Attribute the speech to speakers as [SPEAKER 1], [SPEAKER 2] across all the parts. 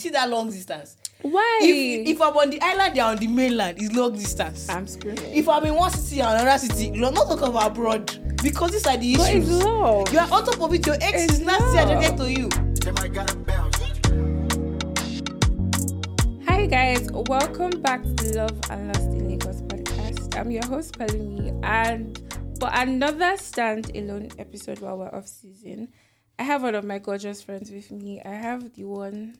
[SPEAKER 1] see that long distance.
[SPEAKER 2] Why?
[SPEAKER 1] If, if I'm on the island, they're on the mainland. It's long distance.
[SPEAKER 2] I'm screaming.
[SPEAKER 1] if I'm in one city and another city, you are not talking about abroad because these are the
[SPEAKER 2] But it's
[SPEAKER 1] issues.
[SPEAKER 2] love.
[SPEAKER 1] You are on top of it. Your ex
[SPEAKER 2] It's
[SPEAKER 1] is nasty and
[SPEAKER 2] love.
[SPEAKER 1] get to you.
[SPEAKER 2] Hi guys, welcome back to Love and Lost in Lagos podcast. I'm your host Palumi, and for another standalone episode while we're off season, I have one of my gorgeous friends with me. I have the one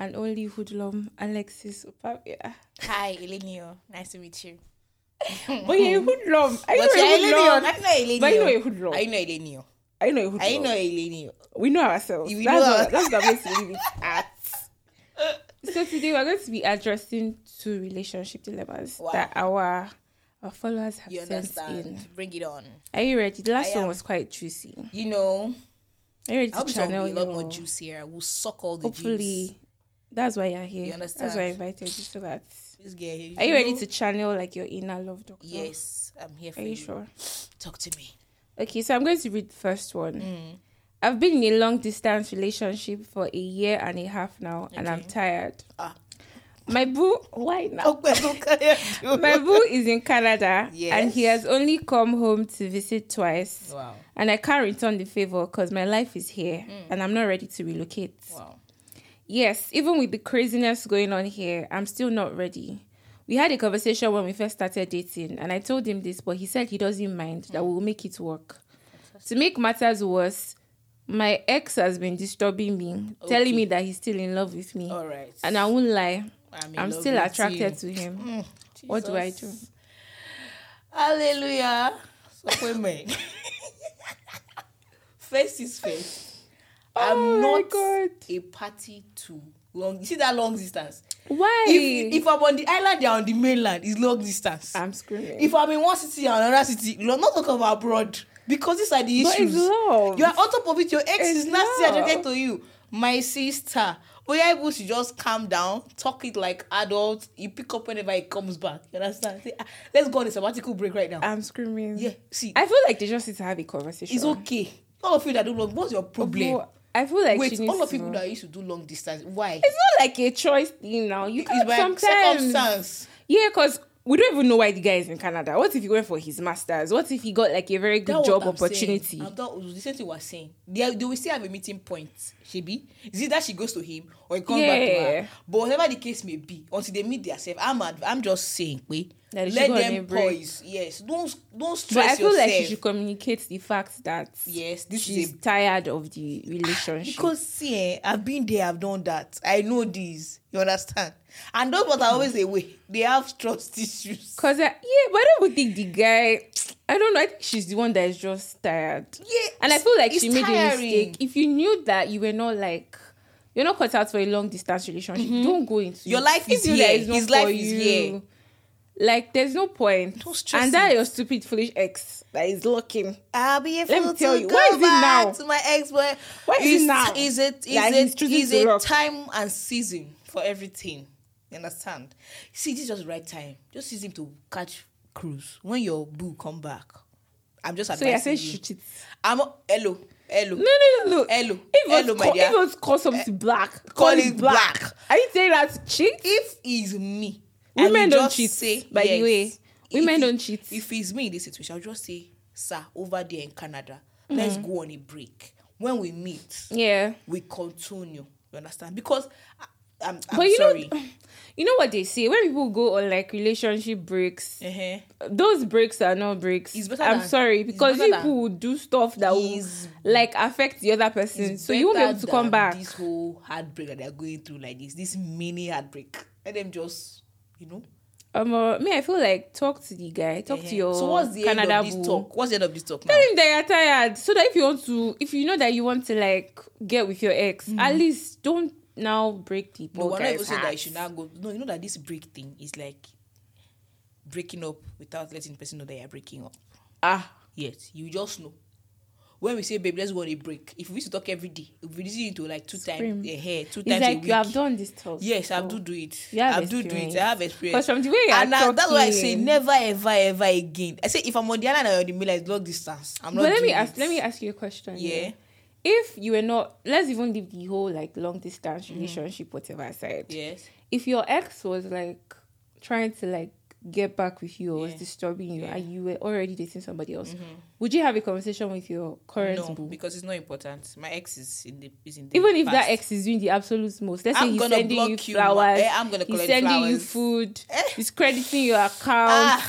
[SPEAKER 2] and only hoodlum Alexis Opavia.
[SPEAKER 3] Hi, Elenio. Nice to meet you.
[SPEAKER 2] But you're a hoodlum. Are you
[SPEAKER 3] But you're
[SPEAKER 2] a
[SPEAKER 3] Elenio.
[SPEAKER 2] hoodlum?
[SPEAKER 3] I know Elenio.
[SPEAKER 2] But you know a hoodlum.
[SPEAKER 3] I know Elenio.
[SPEAKER 2] I know a
[SPEAKER 3] I
[SPEAKER 2] hoodlum.
[SPEAKER 3] know Elenio.
[SPEAKER 2] We know ourselves.
[SPEAKER 3] We
[SPEAKER 2] that's,
[SPEAKER 3] know
[SPEAKER 2] what,
[SPEAKER 3] our-
[SPEAKER 2] that's the place to leave it
[SPEAKER 1] Ah,
[SPEAKER 2] at. So today we're going to be addressing two relationship dilemmas
[SPEAKER 3] Wow.
[SPEAKER 2] that our our followers have
[SPEAKER 3] You
[SPEAKER 2] sent in.
[SPEAKER 3] understand? Bring it on.
[SPEAKER 2] Are you ready? The last
[SPEAKER 3] I
[SPEAKER 2] one
[SPEAKER 3] am.
[SPEAKER 2] was quite juicy.
[SPEAKER 3] You know,
[SPEAKER 2] Are you
[SPEAKER 3] I
[SPEAKER 2] ready to
[SPEAKER 3] hope it's will
[SPEAKER 2] channel
[SPEAKER 3] be a lot more
[SPEAKER 2] your-
[SPEAKER 3] juice here. I will suck all the juice.
[SPEAKER 2] Hopefully, that's why you're here.
[SPEAKER 3] You
[SPEAKER 2] That's why I
[SPEAKER 3] understand?
[SPEAKER 2] invited you so that.
[SPEAKER 3] This girl here,
[SPEAKER 2] Are you ready
[SPEAKER 3] know-
[SPEAKER 2] to channel like your inner love doctor?
[SPEAKER 3] Yes, I'm here for
[SPEAKER 2] Are you sure?
[SPEAKER 3] Talk to me.
[SPEAKER 2] Okay, so I'm going to read the first one.
[SPEAKER 3] Mm.
[SPEAKER 2] I've been in a long distance relationship for a year and a half now, and I'm tired.
[SPEAKER 3] Ah.
[SPEAKER 2] My boo, why now? My
[SPEAKER 3] Okay.
[SPEAKER 2] boo is in Canada, and he
[SPEAKER 3] Yes.
[SPEAKER 2] has only come home to visit twice.
[SPEAKER 3] wow.
[SPEAKER 2] And I can't return the favor because my life is here
[SPEAKER 3] Mm.
[SPEAKER 2] and I'm not ready to relocate.
[SPEAKER 3] Wow.
[SPEAKER 2] Yes, even with the craziness going on here, I'm still not ready. We had a conversation when we first started dating, and I told him this, but he said he doesn't mind
[SPEAKER 3] Mm.
[SPEAKER 2] that we'll make it work. To make matters worse, my ex has been disturbing me, telling me that he's still in love with me.
[SPEAKER 3] All right.
[SPEAKER 2] And I won't lie,
[SPEAKER 3] I'm, in
[SPEAKER 2] I'm
[SPEAKER 3] love
[SPEAKER 2] still
[SPEAKER 3] with
[SPEAKER 2] attracted
[SPEAKER 3] you. Mm.
[SPEAKER 2] to him. What do I do?
[SPEAKER 3] Jesus. Hallelujah. So women. face is face.
[SPEAKER 2] Oh
[SPEAKER 3] I'm
[SPEAKER 2] my
[SPEAKER 3] not
[SPEAKER 2] God.
[SPEAKER 3] a party to long. You see that long distance.
[SPEAKER 2] Why?
[SPEAKER 1] If, if I'm on the island, they're on the mainland. It's long distance.
[SPEAKER 2] I'm screaming.
[SPEAKER 1] if I'm in one city and another city, you are not talking about abroad because these are the
[SPEAKER 2] But it's
[SPEAKER 1] issues.
[SPEAKER 2] love.
[SPEAKER 1] You are on top of it. Your ex
[SPEAKER 2] It's
[SPEAKER 1] is nasty and
[SPEAKER 2] love.
[SPEAKER 1] get to you. My sister, we are able to just calm down, talk it like adults. You pick up whenever it comes back. You understand? Say, "Ah, let's go on a sabbatical break right now.
[SPEAKER 2] I'm screaming.
[SPEAKER 1] yeah, see,
[SPEAKER 2] I feel like they just need to have a conversation.
[SPEAKER 1] it's okay. All of you that do long, what's your problem?
[SPEAKER 2] But I feel like she
[SPEAKER 1] Wait,
[SPEAKER 2] needs
[SPEAKER 1] all of
[SPEAKER 2] to
[SPEAKER 1] people
[SPEAKER 2] know.
[SPEAKER 1] that used to do long distance, why?
[SPEAKER 2] It's not like a choice thing now. You
[SPEAKER 1] It's
[SPEAKER 2] can't
[SPEAKER 1] by
[SPEAKER 2] sometimes.
[SPEAKER 1] circumstance.
[SPEAKER 2] Yeah, because we don't even know why the guy is in Canada. What if he went for his masters? What if he got like a very good
[SPEAKER 1] That's
[SPEAKER 2] job
[SPEAKER 1] what I'm
[SPEAKER 2] opportunity?
[SPEAKER 1] Saying. I'm not, the same thing we're saying. They, they will still have a meeting point. She be is it that she goes to him or he comes back to
[SPEAKER 2] Yeah.
[SPEAKER 1] her? But whatever the case may be, until they meet themselves, I'm ad, I'm just saying, wait,
[SPEAKER 2] That they should
[SPEAKER 1] let
[SPEAKER 2] go on a
[SPEAKER 1] them
[SPEAKER 2] break.
[SPEAKER 1] poise. Yes, don't don't
[SPEAKER 2] But
[SPEAKER 1] stress
[SPEAKER 2] I feel
[SPEAKER 1] yourself.
[SPEAKER 2] like she should communicate the fact that
[SPEAKER 1] yes, this
[SPEAKER 2] she's
[SPEAKER 1] is a
[SPEAKER 2] tired of the relationship.
[SPEAKER 1] because see, eh, I've been there, I've done that. I know this. You understand? And those what are always away. They have trust issues.
[SPEAKER 2] Cause I, yeah, but I don't think the guy. I don't know. I think she's the one that is just tired.
[SPEAKER 1] Yeah,
[SPEAKER 2] and I feel like
[SPEAKER 1] it's
[SPEAKER 2] she made a
[SPEAKER 1] tiring.
[SPEAKER 2] mistake. If you knew that you were not like, you're not cut out for a long distance relationship. Don't go into
[SPEAKER 1] Mm-hmm. Your
[SPEAKER 2] it.
[SPEAKER 1] life
[SPEAKER 2] If
[SPEAKER 1] is
[SPEAKER 2] you know that
[SPEAKER 1] here.
[SPEAKER 2] it's not
[SPEAKER 1] His life
[SPEAKER 2] for
[SPEAKER 1] is
[SPEAKER 2] you,
[SPEAKER 1] here.
[SPEAKER 2] Like, there's no point.
[SPEAKER 1] Don't stress
[SPEAKER 2] and that
[SPEAKER 1] it.
[SPEAKER 2] your stupid, foolish ex that is looking.
[SPEAKER 1] I'll be able
[SPEAKER 2] Let me
[SPEAKER 1] to
[SPEAKER 2] tell you,
[SPEAKER 1] go
[SPEAKER 2] where is it
[SPEAKER 1] back
[SPEAKER 2] now?
[SPEAKER 1] to my ex boy.
[SPEAKER 2] Where is it now?
[SPEAKER 1] Is it is
[SPEAKER 2] Like, he's
[SPEAKER 1] it
[SPEAKER 2] choosing
[SPEAKER 1] is
[SPEAKER 2] to
[SPEAKER 1] it
[SPEAKER 2] rock.
[SPEAKER 1] time and season for everything? You understand? See, this is just right time. Just use him to catch cruise when your boo come back. I'm just
[SPEAKER 2] So you're
[SPEAKER 1] advising
[SPEAKER 2] saying
[SPEAKER 1] you.
[SPEAKER 2] shoot it.
[SPEAKER 1] I'm hello, hello.
[SPEAKER 2] No, no, no, no.
[SPEAKER 1] Hello.
[SPEAKER 2] If
[SPEAKER 1] Hello,
[SPEAKER 2] it's
[SPEAKER 1] my
[SPEAKER 2] call,
[SPEAKER 1] dear. Eh,
[SPEAKER 2] if it's call something black,
[SPEAKER 1] call it black.
[SPEAKER 2] Are you saying that's cheat?
[SPEAKER 1] If it's me, I will
[SPEAKER 2] Women don't
[SPEAKER 1] just
[SPEAKER 2] cheat.
[SPEAKER 1] say
[SPEAKER 2] by the
[SPEAKER 1] yes.
[SPEAKER 2] way, women
[SPEAKER 1] If it-
[SPEAKER 2] don't cheat.
[SPEAKER 1] If it's me in this situation, I'll just say, sir, over there in Canada,
[SPEAKER 2] Mm-hmm.
[SPEAKER 1] let's go on a break. When we meet,
[SPEAKER 2] yeah.
[SPEAKER 1] we continue. You understand? Because I, I'm, I'm
[SPEAKER 2] but you
[SPEAKER 1] sorry.
[SPEAKER 2] know you know what they say when people go on like relationship breaks
[SPEAKER 1] Uh-huh.
[SPEAKER 2] those breaks are not breaks
[SPEAKER 1] It's better
[SPEAKER 2] i'm
[SPEAKER 1] than-
[SPEAKER 2] sorry
[SPEAKER 1] it's
[SPEAKER 2] because
[SPEAKER 1] better than-
[SPEAKER 2] people will do stuff that will
[SPEAKER 1] It's-
[SPEAKER 2] like affect the other person
[SPEAKER 1] It's
[SPEAKER 2] so you won't be
[SPEAKER 1] better
[SPEAKER 2] able to come
[SPEAKER 1] than
[SPEAKER 2] back
[SPEAKER 1] This whole heartbreak that they're going through like this, this mini heartbreak. Let them just, you know.
[SPEAKER 2] um uh, me i feel like talk to the guy talk
[SPEAKER 1] eh.
[SPEAKER 2] to your
[SPEAKER 1] so what's the
[SPEAKER 2] canada
[SPEAKER 1] end of
[SPEAKER 2] boo.
[SPEAKER 1] this talk? What's the end of this talk? Now?
[SPEAKER 2] tell him that you're tired so that if you want to if you know that you want to like get with your ex at least don't now break the
[SPEAKER 1] No, Mm. we're
[SPEAKER 2] poor
[SPEAKER 1] not
[SPEAKER 2] guy's
[SPEAKER 1] even saying that you
[SPEAKER 2] heart.
[SPEAKER 1] should not go. No, you know that this break thing is like breaking up without letting the person know that you're breaking up.
[SPEAKER 2] ah
[SPEAKER 1] Yes, you just know. When we say, baby, let's go on a break. If we used to talk every day, if we listen to like two
[SPEAKER 2] Scream.
[SPEAKER 1] times, a hair, two
[SPEAKER 2] it's
[SPEAKER 1] times a
[SPEAKER 2] like
[SPEAKER 1] week.
[SPEAKER 2] you have done this talk
[SPEAKER 1] Yes, I
[SPEAKER 2] before.
[SPEAKER 1] do do it.
[SPEAKER 2] You have
[SPEAKER 1] I do do
[SPEAKER 2] experience.
[SPEAKER 1] it. I have
[SPEAKER 2] Because
[SPEAKER 1] experience.
[SPEAKER 2] from the way you are
[SPEAKER 1] and now, that's why I say
[SPEAKER 2] talking-
[SPEAKER 1] never, ever, ever again. I say if I'm on the island or the middle, it's long distance. I'm not.
[SPEAKER 2] But let
[SPEAKER 1] doing
[SPEAKER 2] me ask.
[SPEAKER 1] it.
[SPEAKER 2] Let me ask you a question.
[SPEAKER 1] Yeah.
[SPEAKER 2] if you were not, let's even leave the whole like long
[SPEAKER 1] Mm-hmm.
[SPEAKER 2] distance relationship, whatever aside.
[SPEAKER 1] Yes.
[SPEAKER 2] If your ex was like trying to like get back with you or was
[SPEAKER 1] Yeah.
[SPEAKER 2] disturbing you
[SPEAKER 1] Yeah. Mm-hmm.
[SPEAKER 2] and you were already dating somebody else, would you have a conversation with your current
[SPEAKER 1] No,
[SPEAKER 2] boo?
[SPEAKER 1] because it's not important. My ex is in the is in the
[SPEAKER 2] even if that
[SPEAKER 1] past.
[SPEAKER 2] ex is doing the absolute most, let's say
[SPEAKER 1] I'm
[SPEAKER 2] he's
[SPEAKER 1] gonna
[SPEAKER 2] sending you
[SPEAKER 1] block you.
[SPEAKER 2] flowers,
[SPEAKER 1] Eh, I'm gonna
[SPEAKER 2] he's
[SPEAKER 1] collect
[SPEAKER 2] sending you
[SPEAKER 1] flowers. Eh. Ah.
[SPEAKER 2] food, he's crediting your account.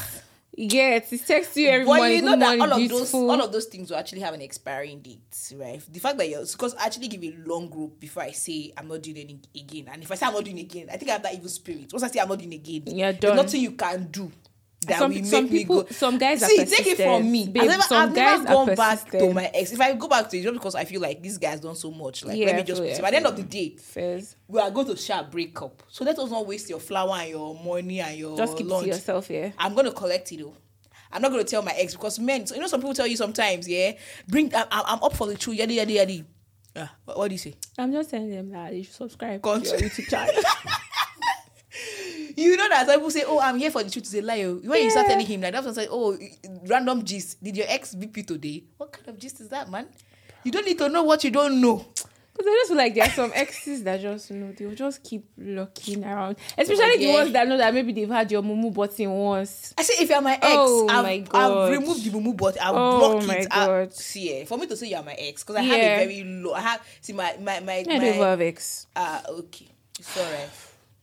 [SPEAKER 2] Yes, he's texting you every
[SPEAKER 1] But
[SPEAKER 2] morning.
[SPEAKER 1] you know
[SPEAKER 2] good
[SPEAKER 1] that
[SPEAKER 2] morning,
[SPEAKER 1] all of those
[SPEAKER 2] beautiful.
[SPEAKER 1] all of those things will actually have an expiring date, right? The fact that you're because I actually give a long group before I say I'm not doing it again, and if I say I'm not doing it again, I think I have that evil spirit. Once I say I'm not doing it again,
[SPEAKER 2] You're
[SPEAKER 1] there's
[SPEAKER 2] done.
[SPEAKER 1] nothing you can do that
[SPEAKER 2] Some-
[SPEAKER 1] will make
[SPEAKER 2] some
[SPEAKER 1] me
[SPEAKER 2] people-
[SPEAKER 1] go.
[SPEAKER 2] some guys are
[SPEAKER 1] see, take it from
[SPEAKER 2] persistent,
[SPEAKER 1] me.
[SPEAKER 2] babe.
[SPEAKER 1] I've never,
[SPEAKER 2] Some
[SPEAKER 1] I've
[SPEAKER 2] guys
[SPEAKER 1] never
[SPEAKER 2] are
[SPEAKER 1] gone back to
[SPEAKER 2] persistent.
[SPEAKER 1] my ex. If I go back to it, just because I feel like these guys don't so much. Like
[SPEAKER 2] Yeah,
[SPEAKER 1] let me just.
[SPEAKER 2] so
[SPEAKER 1] put it.
[SPEAKER 2] yeah.
[SPEAKER 1] But at the end of the day,
[SPEAKER 2] Fairs.
[SPEAKER 1] we are going to share break up. So let us not waste your flour and your money and your
[SPEAKER 2] Just keep it
[SPEAKER 1] lunch.
[SPEAKER 2] to yourself, yeah.
[SPEAKER 1] I'm gonna collect it though. I'm not gonna tell my ex because men. So you know, some people tell you sometimes, yeah, bring. I'm, I'm I'm up for the truth. Yadi yadi yadi. Uh, what, what do you say?
[SPEAKER 2] I'm just telling them that they should subscribe
[SPEAKER 1] Con-
[SPEAKER 2] to your YouTube channel.
[SPEAKER 1] You know that some people say, "Oh, I'm here for the truth." It's a lie. oh. When you start
[SPEAKER 2] Yeah.
[SPEAKER 1] telling him like that, person say, "Oh, random gist. Did your ex beep you today? What kind of gist is that, man? You don't need to know what you don't know."
[SPEAKER 2] Because I just feel like there are some exes that just know they'll just keep looking around. Especially the
[SPEAKER 1] yeah.
[SPEAKER 2] ones that know that maybe they've had your mumu button once.
[SPEAKER 1] I say if you're my ex,
[SPEAKER 2] Oh
[SPEAKER 1] I've,
[SPEAKER 2] my
[SPEAKER 1] I've
[SPEAKER 2] God.
[SPEAKER 1] removed the mumu, but I'll
[SPEAKER 2] Oh
[SPEAKER 1] block
[SPEAKER 2] my
[SPEAKER 1] it. I'll-
[SPEAKER 2] God.
[SPEAKER 1] see, eh, for me to say you're my ex, because I
[SPEAKER 2] Yeah.
[SPEAKER 1] have a very low. I have see my my my.
[SPEAKER 2] I don't
[SPEAKER 1] my
[SPEAKER 2] have ex.
[SPEAKER 1] ah, okay, it's alright.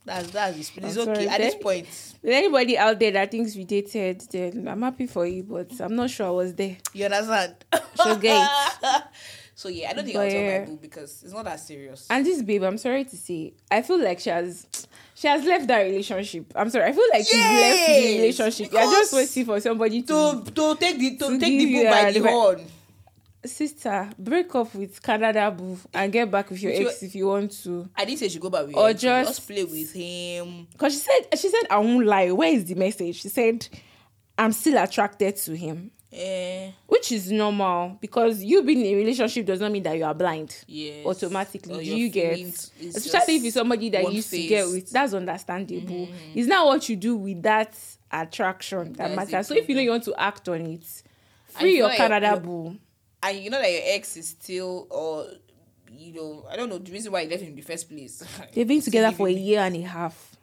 [SPEAKER 1] That's that's the spirit. It's
[SPEAKER 2] I'm
[SPEAKER 1] okay
[SPEAKER 2] sorry,
[SPEAKER 1] at this
[SPEAKER 2] then-
[SPEAKER 1] point.
[SPEAKER 2] With anybody out there that thinks we dated, then I'm happy for you, but I'm not sure I was there.
[SPEAKER 1] You understand?
[SPEAKER 2] So gay.
[SPEAKER 1] so yeah, I don't think
[SPEAKER 2] But
[SPEAKER 1] I'll tell
[SPEAKER 2] yeah.
[SPEAKER 1] my boo because it's not that serious.
[SPEAKER 2] And this babe, I'm sorry to say, I feel like she has she has left that relationship. I'm sorry. I feel like she's left the
[SPEAKER 1] Yes,
[SPEAKER 2] relationship. You're just
[SPEAKER 1] because-
[SPEAKER 2] waiting for somebody
[SPEAKER 1] to to take the to,
[SPEAKER 2] To
[SPEAKER 1] take the
[SPEAKER 2] give
[SPEAKER 1] boo by
[SPEAKER 2] you
[SPEAKER 1] the
[SPEAKER 2] advi-
[SPEAKER 1] horn.
[SPEAKER 2] sister, break up with Canada boo and get back with your
[SPEAKER 1] With your-
[SPEAKER 2] ex if you want to.
[SPEAKER 1] I didn't say she go back with
[SPEAKER 2] Or
[SPEAKER 1] your ex,
[SPEAKER 2] just-
[SPEAKER 1] play with him.
[SPEAKER 2] Cause she said she said I won't lie. Where is the message? She said I'm still attracted to him,
[SPEAKER 1] Yeah,
[SPEAKER 2] which is normal because you being in a relationship does not mean that you are blind.
[SPEAKER 1] yes.
[SPEAKER 2] Automatically,
[SPEAKER 1] Or
[SPEAKER 2] do
[SPEAKER 1] your
[SPEAKER 2] you get?
[SPEAKER 1] feelings is
[SPEAKER 2] Especially if
[SPEAKER 1] just
[SPEAKER 2] it's somebody that you
[SPEAKER 1] one
[SPEAKER 2] used to
[SPEAKER 1] face. Mm-hmm.
[SPEAKER 2] get with, that's understandable. It's not what you do with that attraction that
[SPEAKER 1] That's
[SPEAKER 2] matters.
[SPEAKER 1] the
[SPEAKER 2] So if you know
[SPEAKER 1] problem.
[SPEAKER 2] you want to act on it,
[SPEAKER 1] I
[SPEAKER 2] free
[SPEAKER 1] feel
[SPEAKER 2] your
[SPEAKER 1] like
[SPEAKER 2] Canada
[SPEAKER 1] your-
[SPEAKER 2] boo.
[SPEAKER 1] and you know that your ex is still or you know i don't know the reason why you left him in the first place
[SPEAKER 2] They've been
[SPEAKER 1] See,
[SPEAKER 2] together
[SPEAKER 1] if
[SPEAKER 2] for a
[SPEAKER 1] you-
[SPEAKER 2] year and a half.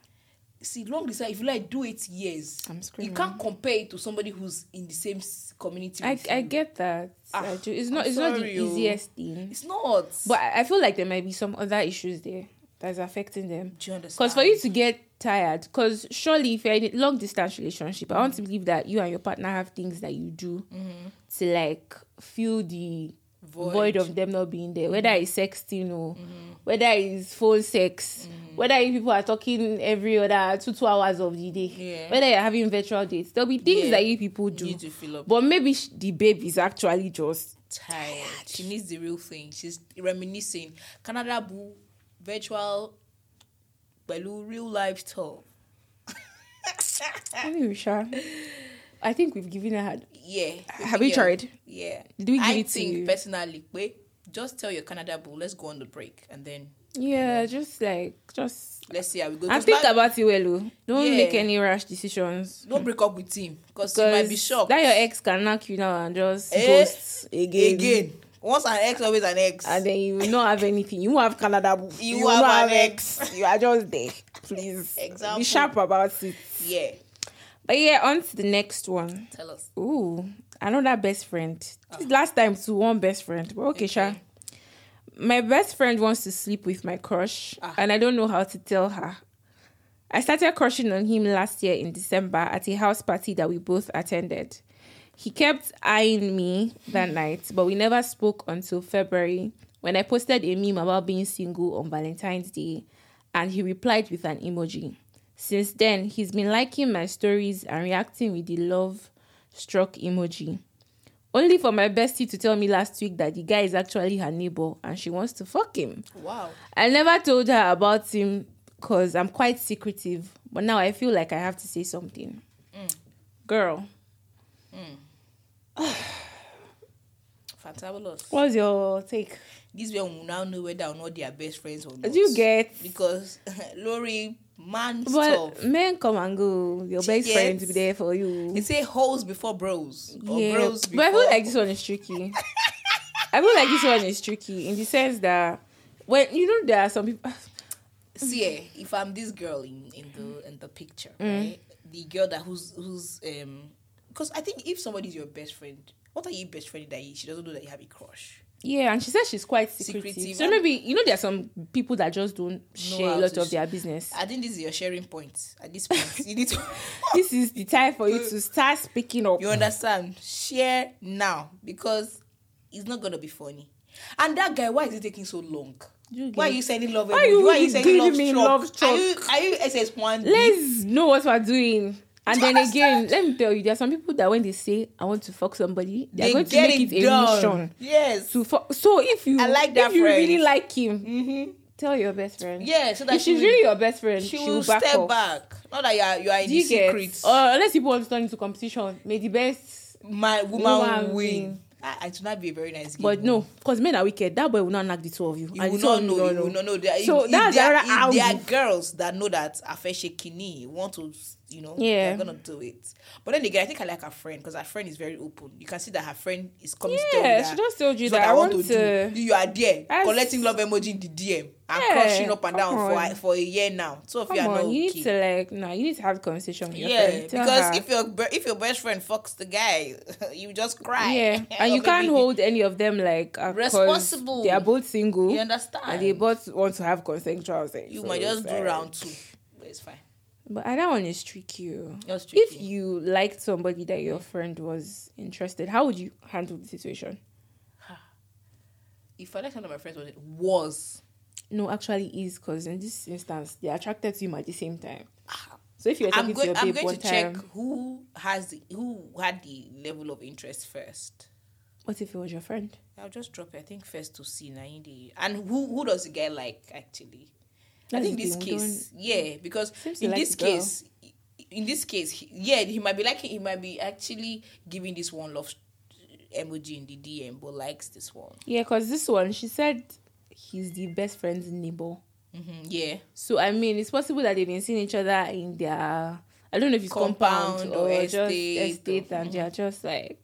[SPEAKER 1] see long distance if you like do it years
[SPEAKER 2] I'm
[SPEAKER 1] you
[SPEAKER 2] screaming.
[SPEAKER 1] can't compare it to somebody who's in the same s- community
[SPEAKER 2] I,
[SPEAKER 1] with
[SPEAKER 2] I
[SPEAKER 1] you.
[SPEAKER 2] get that.
[SPEAKER 1] Ah,
[SPEAKER 2] I do. It's
[SPEAKER 1] I'm
[SPEAKER 2] not it's not the
[SPEAKER 1] sorry, oh.
[SPEAKER 2] easiest thing.
[SPEAKER 1] it's not
[SPEAKER 2] But I I feel like there might be some other issues there that's affecting them.
[SPEAKER 1] do you understand
[SPEAKER 2] Because for you to get tired, because surely if you're in a long distance relationship, I want to believe that you and your partner have things that you do
[SPEAKER 1] Mm-hmm.
[SPEAKER 2] to like fill the void. of them not being there. Whether
[SPEAKER 1] Mm-hmm.
[SPEAKER 2] it's sexting or whether it's phone sex,
[SPEAKER 1] Mm-hmm.
[SPEAKER 2] whether you people are talking every other two two hours of the day,
[SPEAKER 1] Yeah.
[SPEAKER 2] whether you're having virtual dates, there'll be things
[SPEAKER 1] Yeah.
[SPEAKER 2] that you people do.
[SPEAKER 1] you need to feel up
[SPEAKER 2] But maybe sh- the babe is actually just
[SPEAKER 1] tired she needs the real thing she's reminiscing canada boo virtual pẹ̀lú real life stuff
[SPEAKER 2] Anyway, Sha, I think we've given her.
[SPEAKER 1] yeah
[SPEAKER 2] Have you tried?
[SPEAKER 1] yeah
[SPEAKER 2] Do we give
[SPEAKER 1] i
[SPEAKER 2] it to
[SPEAKER 1] think
[SPEAKER 2] you?
[SPEAKER 1] personally wait just tell your canada boo let's go on the break and then
[SPEAKER 2] Yeah, just like just.
[SPEAKER 1] let's see how we go.
[SPEAKER 2] And
[SPEAKER 1] 'Cause
[SPEAKER 2] think
[SPEAKER 1] now-
[SPEAKER 2] about it well. oh. Don't
[SPEAKER 1] Yeah.
[SPEAKER 2] make any rash decisions.
[SPEAKER 1] don't break up with him because you might be
[SPEAKER 2] 'Cause
[SPEAKER 1] shocked
[SPEAKER 2] That your ex can knock you now and just
[SPEAKER 1] Eh?
[SPEAKER 2] ghost again.
[SPEAKER 1] again. Once an ex, always an ex.
[SPEAKER 2] And then you will not have anything. You won't have Canada. boo.
[SPEAKER 1] You
[SPEAKER 2] will
[SPEAKER 1] have
[SPEAKER 2] not
[SPEAKER 1] an
[SPEAKER 2] You are just there. Please.
[SPEAKER 1] Example.
[SPEAKER 2] Be sharp about it.
[SPEAKER 1] yeah,
[SPEAKER 2] But yeah, on to the next one.
[SPEAKER 1] tell us.
[SPEAKER 2] Ooh, another best friend. This last time to one best friend. But okay, Sha. My best friend wants to sleep with my crush, and I don't know how to tell her. I started crushing on him last year in December at a house party that we both attended. He kept eyeing me that night, but we never spoke until February when I posted a meme about being single on Valentine's Day, and he replied with an emoji. Since then, he's been liking my stories and reacting with the love struck emoji. Only for my bestie to tell me last week that the guy is actually her neighbor and she wants to fuck him.
[SPEAKER 1] Wow.
[SPEAKER 2] I never told her about him because I'm quite secretive, but now I feel like I have to say something.
[SPEAKER 1] Mm.
[SPEAKER 2] Girl,
[SPEAKER 1] Fantabulous.
[SPEAKER 2] what's your take?
[SPEAKER 1] This way, we will now know whether or not they are best friends or not.
[SPEAKER 2] Do you get?
[SPEAKER 1] Because Lori, man,
[SPEAKER 2] But
[SPEAKER 1] stuff.
[SPEAKER 2] men come and go. Your best
[SPEAKER 1] Yes.
[SPEAKER 2] friend will be there for you.
[SPEAKER 1] They say hoes before bros. Or
[SPEAKER 2] Yeah,
[SPEAKER 1] bros before.
[SPEAKER 2] but I feel like this one is tricky. I feel like this one is tricky in the sense that when you know there are some people.
[SPEAKER 1] See, eh, if I'm this girl in, in the in the picture,
[SPEAKER 2] Mm.
[SPEAKER 1] right? The girl that who's who's um, because I think if somebody's your best friend, what are you best friend that she doesn't know that you have a crush?
[SPEAKER 2] Yeah, and she says she's quite secretive.
[SPEAKER 1] Secretive,
[SPEAKER 2] So
[SPEAKER 1] and-
[SPEAKER 2] maybe you know there are some people that just don't share a
[SPEAKER 1] how
[SPEAKER 2] lot
[SPEAKER 1] to
[SPEAKER 2] of
[SPEAKER 1] sh-
[SPEAKER 2] their business.
[SPEAKER 1] I think this is your sharing point at this point. you need to,
[SPEAKER 2] this is the time for you
[SPEAKER 1] Uh,
[SPEAKER 2] to start speaking up.
[SPEAKER 1] you understand? Share now because it's not gonna be funny. And that guy, why is it taking so long?
[SPEAKER 2] You
[SPEAKER 1] why are
[SPEAKER 2] get-
[SPEAKER 1] you sending love?
[SPEAKER 2] Why you
[SPEAKER 1] emoji? why are you
[SPEAKER 2] really
[SPEAKER 1] sending love,
[SPEAKER 2] giving me
[SPEAKER 1] struck?
[SPEAKER 2] love struck?
[SPEAKER 1] Are you are you SS one?
[SPEAKER 2] Let's know what we're doing. And
[SPEAKER 1] Do you
[SPEAKER 2] then again, let me tell you, there are some people that when they say I want to fuck somebody, they're
[SPEAKER 1] They
[SPEAKER 2] going to
[SPEAKER 1] get
[SPEAKER 2] make it,
[SPEAKER 1] it
[SPEAKER 2] a
[SPEAKER 1] done.
[SPEAKER 2] mission
[SPEAKER 1] Yes.
[SPEAKER 2] to fuck. So if you
[SPEAKER 1] I like that
[SPEAKER 2] if you
[SPEAKER 1] friend. Mm.
[SPEAKER 2] really like him, tell your best friend.
[SPEAKER 1] Mm-hmm. Yeah, so that
[SPEAKER 2] if
[SPEAKER 1] she
[SPEAKER 2] she's
[SPEAKER 1] will-
[SPEAKER 2] really your best friend,
[SPEAKER 1] she
[SPEAKER 2] she
[SPEAKER 1] will
[SPEAKER 2] will back
[SPEAKER 1] step
[SPEAKER 2] off.
[SPEAKER 1] back. Not that you are you are in
[SPEAKER 2] Do
[SPEAKER 1] the
[SPEAKER 2] you get? uh,
[SPEAKER 1] secret.
[SPEAKER 2] Or unless people want to turn into competition, may the best.
[SPEAKER 1] My woman,
[SPEAKER 2] Woman
[SPEAKER 1] win.
[SPEAKER 2] win.
[SPEAKER 1] I, I do not be a very nice.
[SPEAKER 2] But
[SPEAKER 1] game.
[SPEAKER 2] no, because men are wicked. That boy will not knock the two of you.
[SPEAKER 1] You
[SPEAKER 2] And
[SPEAKER 1] will
[SPEAKER 2] the two
[SPEAKER 1] not
[SPEAKER 2] of
[SPEAKER 1] know. You will not know. There,
[SPEAKER 2] So
[SPEAKER 1] if,
[SPEAKER 2] that's
[SPEAKER 1] if there,
[SPEAKER 2] another
[SPEAKER 1] if there are
[SPEAKER 2] angle.
[SPEAKER 1] girls that know that Afeshe Kini want to, you know,
[SPEAKER 2] Yeah.
[SPEAKER 1] they're gonna do it. But then again, I think I like her friend because her friend is very open. You can see that her friend is coming. to tell you
[SPEAKER 2] Yeah,
[SPEAKER 1] that
[SPEAKER 2] she just told you
[SPEAKER 1] "This is
[SPEAKER 2] that
[SPEAKER 1] what
[SPEAKER 2] I
[SPEAKER 1] I want
[SPEAKER 2] want
[SPEAKER 1] to
[SPEAKER 2] to-
[SPEAKER 1] do. You are there
[SPEAKER 2] That's-
[SPEAKER 1] collecting love emoji in the DM and
[SPEAKER 2] Yeah,
[SPEAKER 1] crushing up and down
[SPEAKER 2] come
[SPEAKER 1] for
[SPEAKER 2] on.
[SPEAKER 1] for a year now. So if
[SPEAKER 2] Come
[SPEAKER 1] you are
[SPEAKER 2] on,
[SPEAKER 1] not
[SPEAKER 2] you need
[SPEAKER 1] okay.
[SPEAKER 2] to like, no, you need to have a conversation with your
[SPEAKER 1] Yeah,
[SPEAKER 2] friend. Tell
[SPEAKER 1] because
[SPEAKER 2] her.
[SPEAKER 1] if your be- if your best friend fucks the guy, you just cry.
[SPEAKER 2] yeah,
[SPEAKER 1] Or
[SPEAKER 2] and you can't
[SPEAKER 1] maybe-
[SPEAKER 2] hold any of them like uh, 'cause
[SPEAKER 1] Responsible.
[SPEAKER 2] They are both single.
[SPEAKER 1] You understand?
[SPEAKER 2] And they both want to have consensual sex.
[SPEAKER 1] You
[SPEAKER 2] so
[SPEAKER 1] might just
[SPEAKER 2] it's
[SPEAKER 1] do
[SPEAKER 2] like-
[SPEAKER 1] round two. But it's fine.
[SPEAKER 2] But uh, that one is tricky. oh.
[SPEAKER 1] That's
[SPEAKER 2] If
[SPEAKER 1] tricky.
[SPEAKER 2] you liked somebody that your friend was interested, how would you handle the situation?
[SPEAKER 1] If I like one of my friends was was
[SPEAKER 2] No, actually, is because in this instance, they're attracted to him at the same time. So if you're talking
[SPEAKER 1] Ah. I'm
[SPEAKER 2] to
[SPEAKER 1] going
[SPEAKER 2] your
[SPEAKER 1] I'm
[SPEAKER 2] babe
[SPEAKER 1] going
[SPEAKER 2] one
[SPEAKER 1] to
[SPEAKER 2] time,
[SPEAKER 1] check who has the, who had the level of interest first.
[SPEAKER 2] what if it was your friend?
[SPEAKER 1] I'll just drop it. I think first to see Naindi and who who does the guy like actually. I
[SPEAKER 2] That's
[SPEAKER 1] think
[SPEAKER 2] the
[SPEAKER 1] this
[SPEAKER 2] thing, we
[SPEAKER 1] case, yeah, because
[SPEAKER 2] Seems to
[SPEAKER 1] in
[SPEAKER 2] like
[SPEAKER 1] this
[SPEAKER 2] the girl.
[SPEAKER 1] case, in this case, he- yeah, he might be liking, he might be actually giving this one love emoji in the DM, but likes this one.
[SPEAKER 2] Yeah, because this one, she said he's the best friend's neighbor.
[SPEAKER 1] hmm yeah,
[SPEAKER 2] So I mean, it's possible that they've been seeing each other in their I don't know if it's compound,
[SPEAKER 1] Compound
[SPEAKER 2] or,
[SPEAKER 1] or
[SPEAKER 2] just
[SPEAKER 1] estate or- mm-hmm. Mm.
[SPEAKER 2] estate, and they're just like,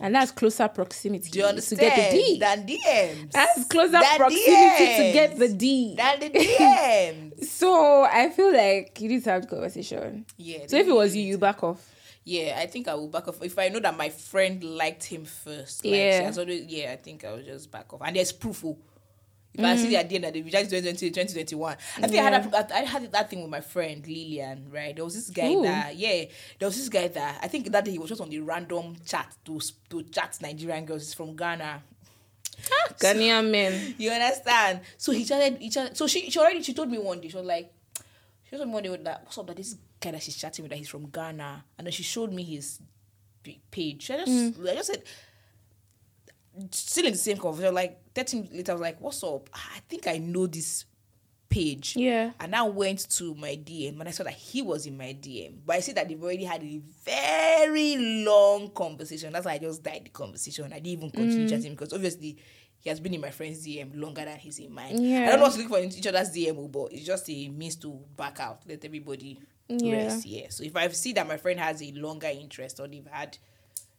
[SPEAKER 2] and that's closer proximity
[SPEAKER 1] do you
[SPEAKER 2] to
[SPEAKER 1] understand?
[SPEAKER 2] get the D.
[SPEAKER 1] Than DMs.
[SPEAKER 2] that's closer
[SPEAKER 1] Than
[SPEAKER 2] proximity to
[SPEAKER 1] DMs.
[SPEAKER 2] get the D.
[SPEAKER 1] Than the DMs.
[SPEAKER 2] so I feel like you need to have the conversation.
[SPEAKER 1] yeah.
[SPEAKER 2] So if it was you, you back off.
[SPEAKER 1] yeah, I think I will back off if I know that my friend liked him first. Like
[SPEAKER 2] Yeah.
[SPEAKER 1] yeah, she has always, yeah, I think I will just back off. And there's proof. Oh. If I
[SPEAKER 2] Mm-hmm.
[SPEAKER 1] see the idea that they reject 2020, 2021. I think I had a, I had that thing with my friend Lillian, right? There was this guy
[SPEAKER 2] Ooh.
[SPEAKER 1] that, yeah, there was this guy that I think that day he was just on the random chat to to chat Nigerian girls. He's from Ghana.
[SPEAKER 2] Ghanaian men.
[SPEAKER 1] You understand? So he chatted, he chatted. So she, she already she told me one day, she was like, she told me one day that what's up that this guy that she's chatting with that he's from Ghana. And then she showed me his p- page. I just I just said still in the same conversation, like 13 later, I was like, What's up? I think I know this page.
[SPEAKER 2] Yeah.
[SPEAKER 1] And I went to my DM and I saw that he was in my DM. But I see that they've already had a very long conversation. That's why I just died the conversation. I didn't even
[SPEAKER 2] Mm.
[SPEAKER 1] continue chatting because obviously he has been in my friend's DM longer than he's in mine. I
[SPEAKER 2] Yeah.
[SPEAKER 1] don't want to look for each other's DM, oh, but it's just a means to back out, let everybody
[SPEAKER 2] Yeah.
[SPEAKER 1] rest. Yeah. So if I see that my friend has a longer interest or they've had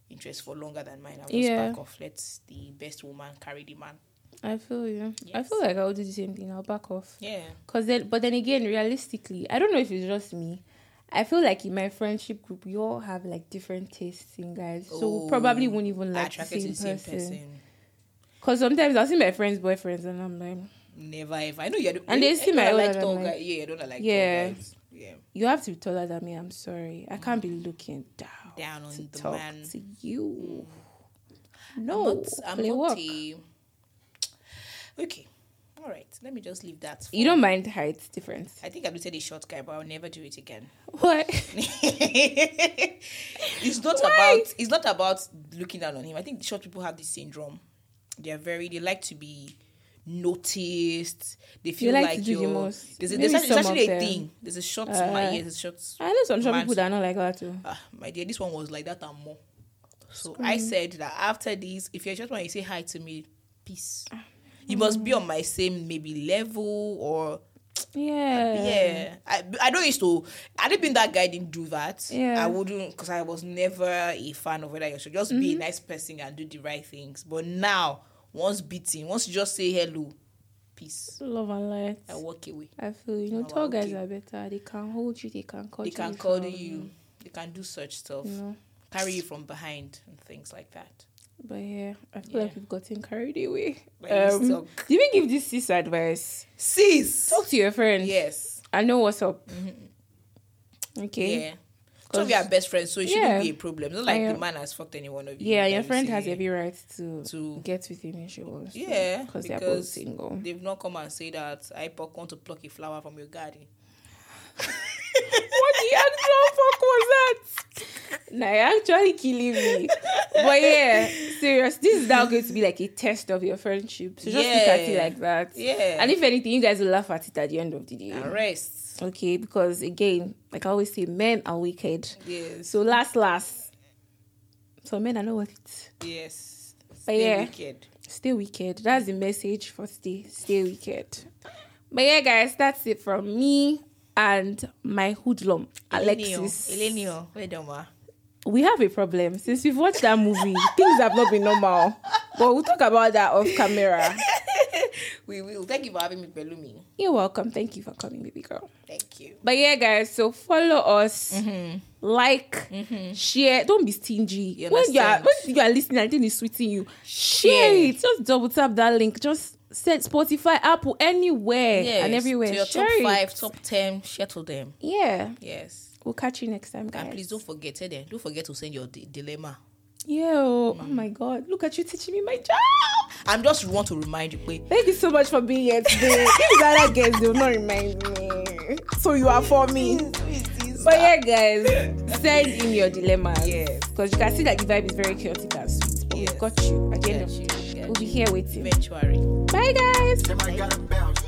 [SPEAKER 1] interest for longer than mine, I'll just
[SPEAKER 2] Yeah.
[SPEAKER 1] back off. Let the best woman carry the man.
[SPEAKER 2] I feel you. I
[SPEAKER 1] Yes.
[SPEAKER 2] feel like I would do the same thing. I'll back off.
[SPEAKER 1] Yeah.
[SPEAKER 2] Cause then, but then again, realistically, I don't know if it's just me. I feel like in my friendship group, we all have like different tastes in guys, so we probably
[SPEAKER 1] Oh,
[SPEAKER 2] won't even like the
[SPEAKER 1] Attracted
[SPEAKER 2] same,
[SPEAKER 1] to the same
[SPEAKER 2] person.
[SPEAKER 1] person.
[SPEAKER 2] Cause sometimes I see my friends' boyfriends, and I'm like,
[SPEAKER 1] Never ever. I know you're the
[SPEAKER 2] And they
[SPEAKER 1] I
[SPEAKER 2] see
[SPEAKER 1] know
[SPEAKER 2] my
[SPEAKER 1] I
[SPEAKER 2] own
[SPEAKER 1] like
[SPEAKER 2] and I'm
[SPEAKER 1] tall
[SPEAKER 2] like-
[SPEAKER 1] guys. Yeah, I don't like
[SPEAKER 2] Yeah.
[SPEAKER 1] tall guys. Yeah.
[SPEAKER 2] you have to be taller than me. I'm sorry, I can't be looking down,
[SPEAKER 1] Down
[SPEAKER 2] to
[SPEAKER 1] on the
[SPEAKER 2] talk
[SPEAKER 1] man. Mm.
[SPEAKER 2] to you.
[SPEAKER 1] I'm
[SPEAKER 2] No,
[SPEAKER 1] not- I'm
[SPEAKER 2] play
[SPEAKER 1] not
[SPEAKER 2] work.
[SPEAKER 1] a- Okay. All right. Let me just leave that. For,
[SPEAKER 2] You don't mind height difference.
[SPEAKER 1] I think I've said a short guy, but I'll never do it again.
[SPEAKER 2] What?
[SPEAKER 1] it's not
[SPEAKER 2] Why?
[SPEAKER 1] about it's not about looking down on him. I think short people have this syndrome. They are very they like to be noticed. They feel
[SPEAKER 2] like
[SPEAKER 1] like,
[SPEAKER 2] to do the
[SPEAKER 1] you're-
[SPEAKER 2] most.
[SPEAKER 1] There's, a,
[SPEAKER 2] Maybe
[SPEAKER 1] there's, actually- there's
[SPEAKER 2] some of
[SPEAKER 1] actually a
[SPEAKER 2] them.
[SPEAKER 1] thing. There's a short
[SPEAKER 2] Uh,
[SPEAKER 1] man. Yeah, there's a short.
[SPEAKER 2] I know some short
[SPEAKER 1] man-
[SPEAKER 2] people that are not like that too.
[SPEAKER 1] Ah, my dear, this one was like that and more. So I said that after this, if you're just want to
[SPEAKER 2] Ah, mm.
[SPEAKER 1] say hi to me, peace. You must be on my same maybe level or
[SPEAKER 2] Yeah.
[SPEAKER 1] yeah, I, I don't used to. Had it been that guy didn't do that,
[SPEAKER 2] Yeah.
[SPEAKER 1] I wouldn't because I was never a fan of whether you should just
[SPEAKER 2] Mm-hmm.
[SPEAKER 1] be a nice person and do the right things. But now, once beaten, once you just say hello, peace,
[SPEAKER 2] Love and light.
[SPEAKER 1] I walk away.
[SPEAKER 2] I feel you know,
[SPEAKER 1] Oh,
[SPEAKER 2] tall guys
[SPEAKER 1] okay.
[SPEAKER 2] are better. They can hold you. They can cut
[SPEAKER 1] They
[SPEAKER 2] you.
[SPEAKER 1] can cuddle
[SPEAKER 2] can,
[SPEAKER 1] you, they can do such stuff,
[SPEAKER 2] You know,
[SPEAKER 1] carry you from behind, and things like that.
[SPEAKER 2] but yeah, I feel like
[SPEAKER 1] Yeah.
[SPEAKER 2] we've gotten carried away.
[SPEAKER 1] Like, you
[SPEAKER 2] Um,
[SPEAKER 1] suck.
[SPEAKER 2] do you give this sis advice?
[SPEAKER 1] Sis,
[SPEAKER 2] Talk to your friends.
[SPEAKER 1] yes,
[SPEAKER 2] I know what's up. Okay.
[SPEAKER 1] Mm-hmm. yeah. Two of you are best friends, so it shouldn't
[SPEAKER 2] Yeah.
[SPEAKER 1] be a problem. It's not like
[SPEAKER 2] I,
[SPEAKER 1] the
[SPEAKER 2] uh,
[SPEAKER 1] man has fucked any one of you.
[SPEAKER 2] Yeah,
[SPEAKER 1] that
[SPEAKER 2] your
[SPEAKER 1] you
[SPEAKER 2] friend has
[SPEAKER 1] say
[SPEAKER 2] every right to,
[SPEAKER 1] to
[SPEAKER 2] get with him if she wants.
[SPEAKER 1] Yeah,
[SPEAKER 2] because they're both
[SPEAKER 1] because
[SPEAKER 2] single.
[SPEAKER 1] They've not come and say that I Ipoc want to pluck a flower from your garden.
[SPEAKER 2] what the actual fuck was that? Nah, you're actually killing me. But yeah, serious. This is now going to be like a test of your friendship. So just look at it
[SPEAKER 1] Yeah.
[SPEAKER 2] like that.
[SPEAKER 1] Yeah.
[SPEAKER 2] And if anything, you guys will laugh at it at the end of the day.
[SPEAKER 1] Arrest.
[SPEAKER 2] Okay, because again, like I always say, men are wicked.
[SPEAKER 1] Yes.
[SPEAKER 2] So last, last. So men are not worth it.
[SPEAKER 1] Yes.
[SPEAKER 2] But yeah.
[SPEAKER 1] wicked.
[SPEAKER 2] Stay wicked. That's the message for stay. Stay wicked. But yeah, guys, that's it from me and my hoodlum, Alexis.
[SPEAKER 1] Elenio. Wait, Doma.
[SPEAKER 2] we have a problem since we've watched that movie things have not been normal but we'll talk about that off camera
[SPEAKER 1] We will. Thank you for having me, Belumi.
[SPEAKER 2] you're welcome thank you for coming baby girl
[SPEAKER 1] Thank you.
[SPEAKER 2] but yeah guys so follow us
[SPEAKER 1] Mm-hmm.
[SPEAKER 2] like share don't be stingy
[SPEAKER 1] You
[SPEAKER 2] when you are
[SPEAKER 1] understand?
[SPEAKER 2] when you are listening i think it's sweeting you share
[SPEAKER 1] Share.
[SPEAKER 2] it just double tap that link just send spotify apple anywhere and everywhere
[SPEAKER 1] To your
[SPEAKER 2] share
[SPEAKER 1] top
[SPEAKER 2] it.
[SPEAKER 1] five, top ten, share to them.
[SPEAKER 2] yeah
[SPEAKER 1] Yes.
[SPEAKER 2] we'll catch you next time guys
[SPEAKER 1] And please don't forget eh, then. Don't forget to send your d- dilemma.
[SPEAKER 2] yeah
[SPEAKER 1] Mm-hmm.
[SPEAKER 2] oh, oh my god look at you teaching me my job
[SPEAKER 1] I'm just want to remind you, wait.
[SPEAKER 2] Thank you so much for being here today. These other guys do not remind me. So you are for me. But yeah, guys, send in your dilemmas.
[SPEAKER 1] Yes.
[SPEAKER 2] Because you can see that the vibe is very chaotic and sweet. But
[SPEAKER 1] Yes.
[SPEAKER 2] we've got you. At the end
[SPEAKER 1] Get
[SPEAKER 2] of
[SPEAKER 1] you.
[SPEAKER 2] the day,
[SPEAKER 1] Get
[SPEAKER 2] we'll be
[SPEAKER 1] you.
[SPEAKER 2] here waiting.
[SPEAKER 1] Eventually.
[SPEAKER 2] Bye, guys.
[SPEAKER 4] Everybody gotta bounce.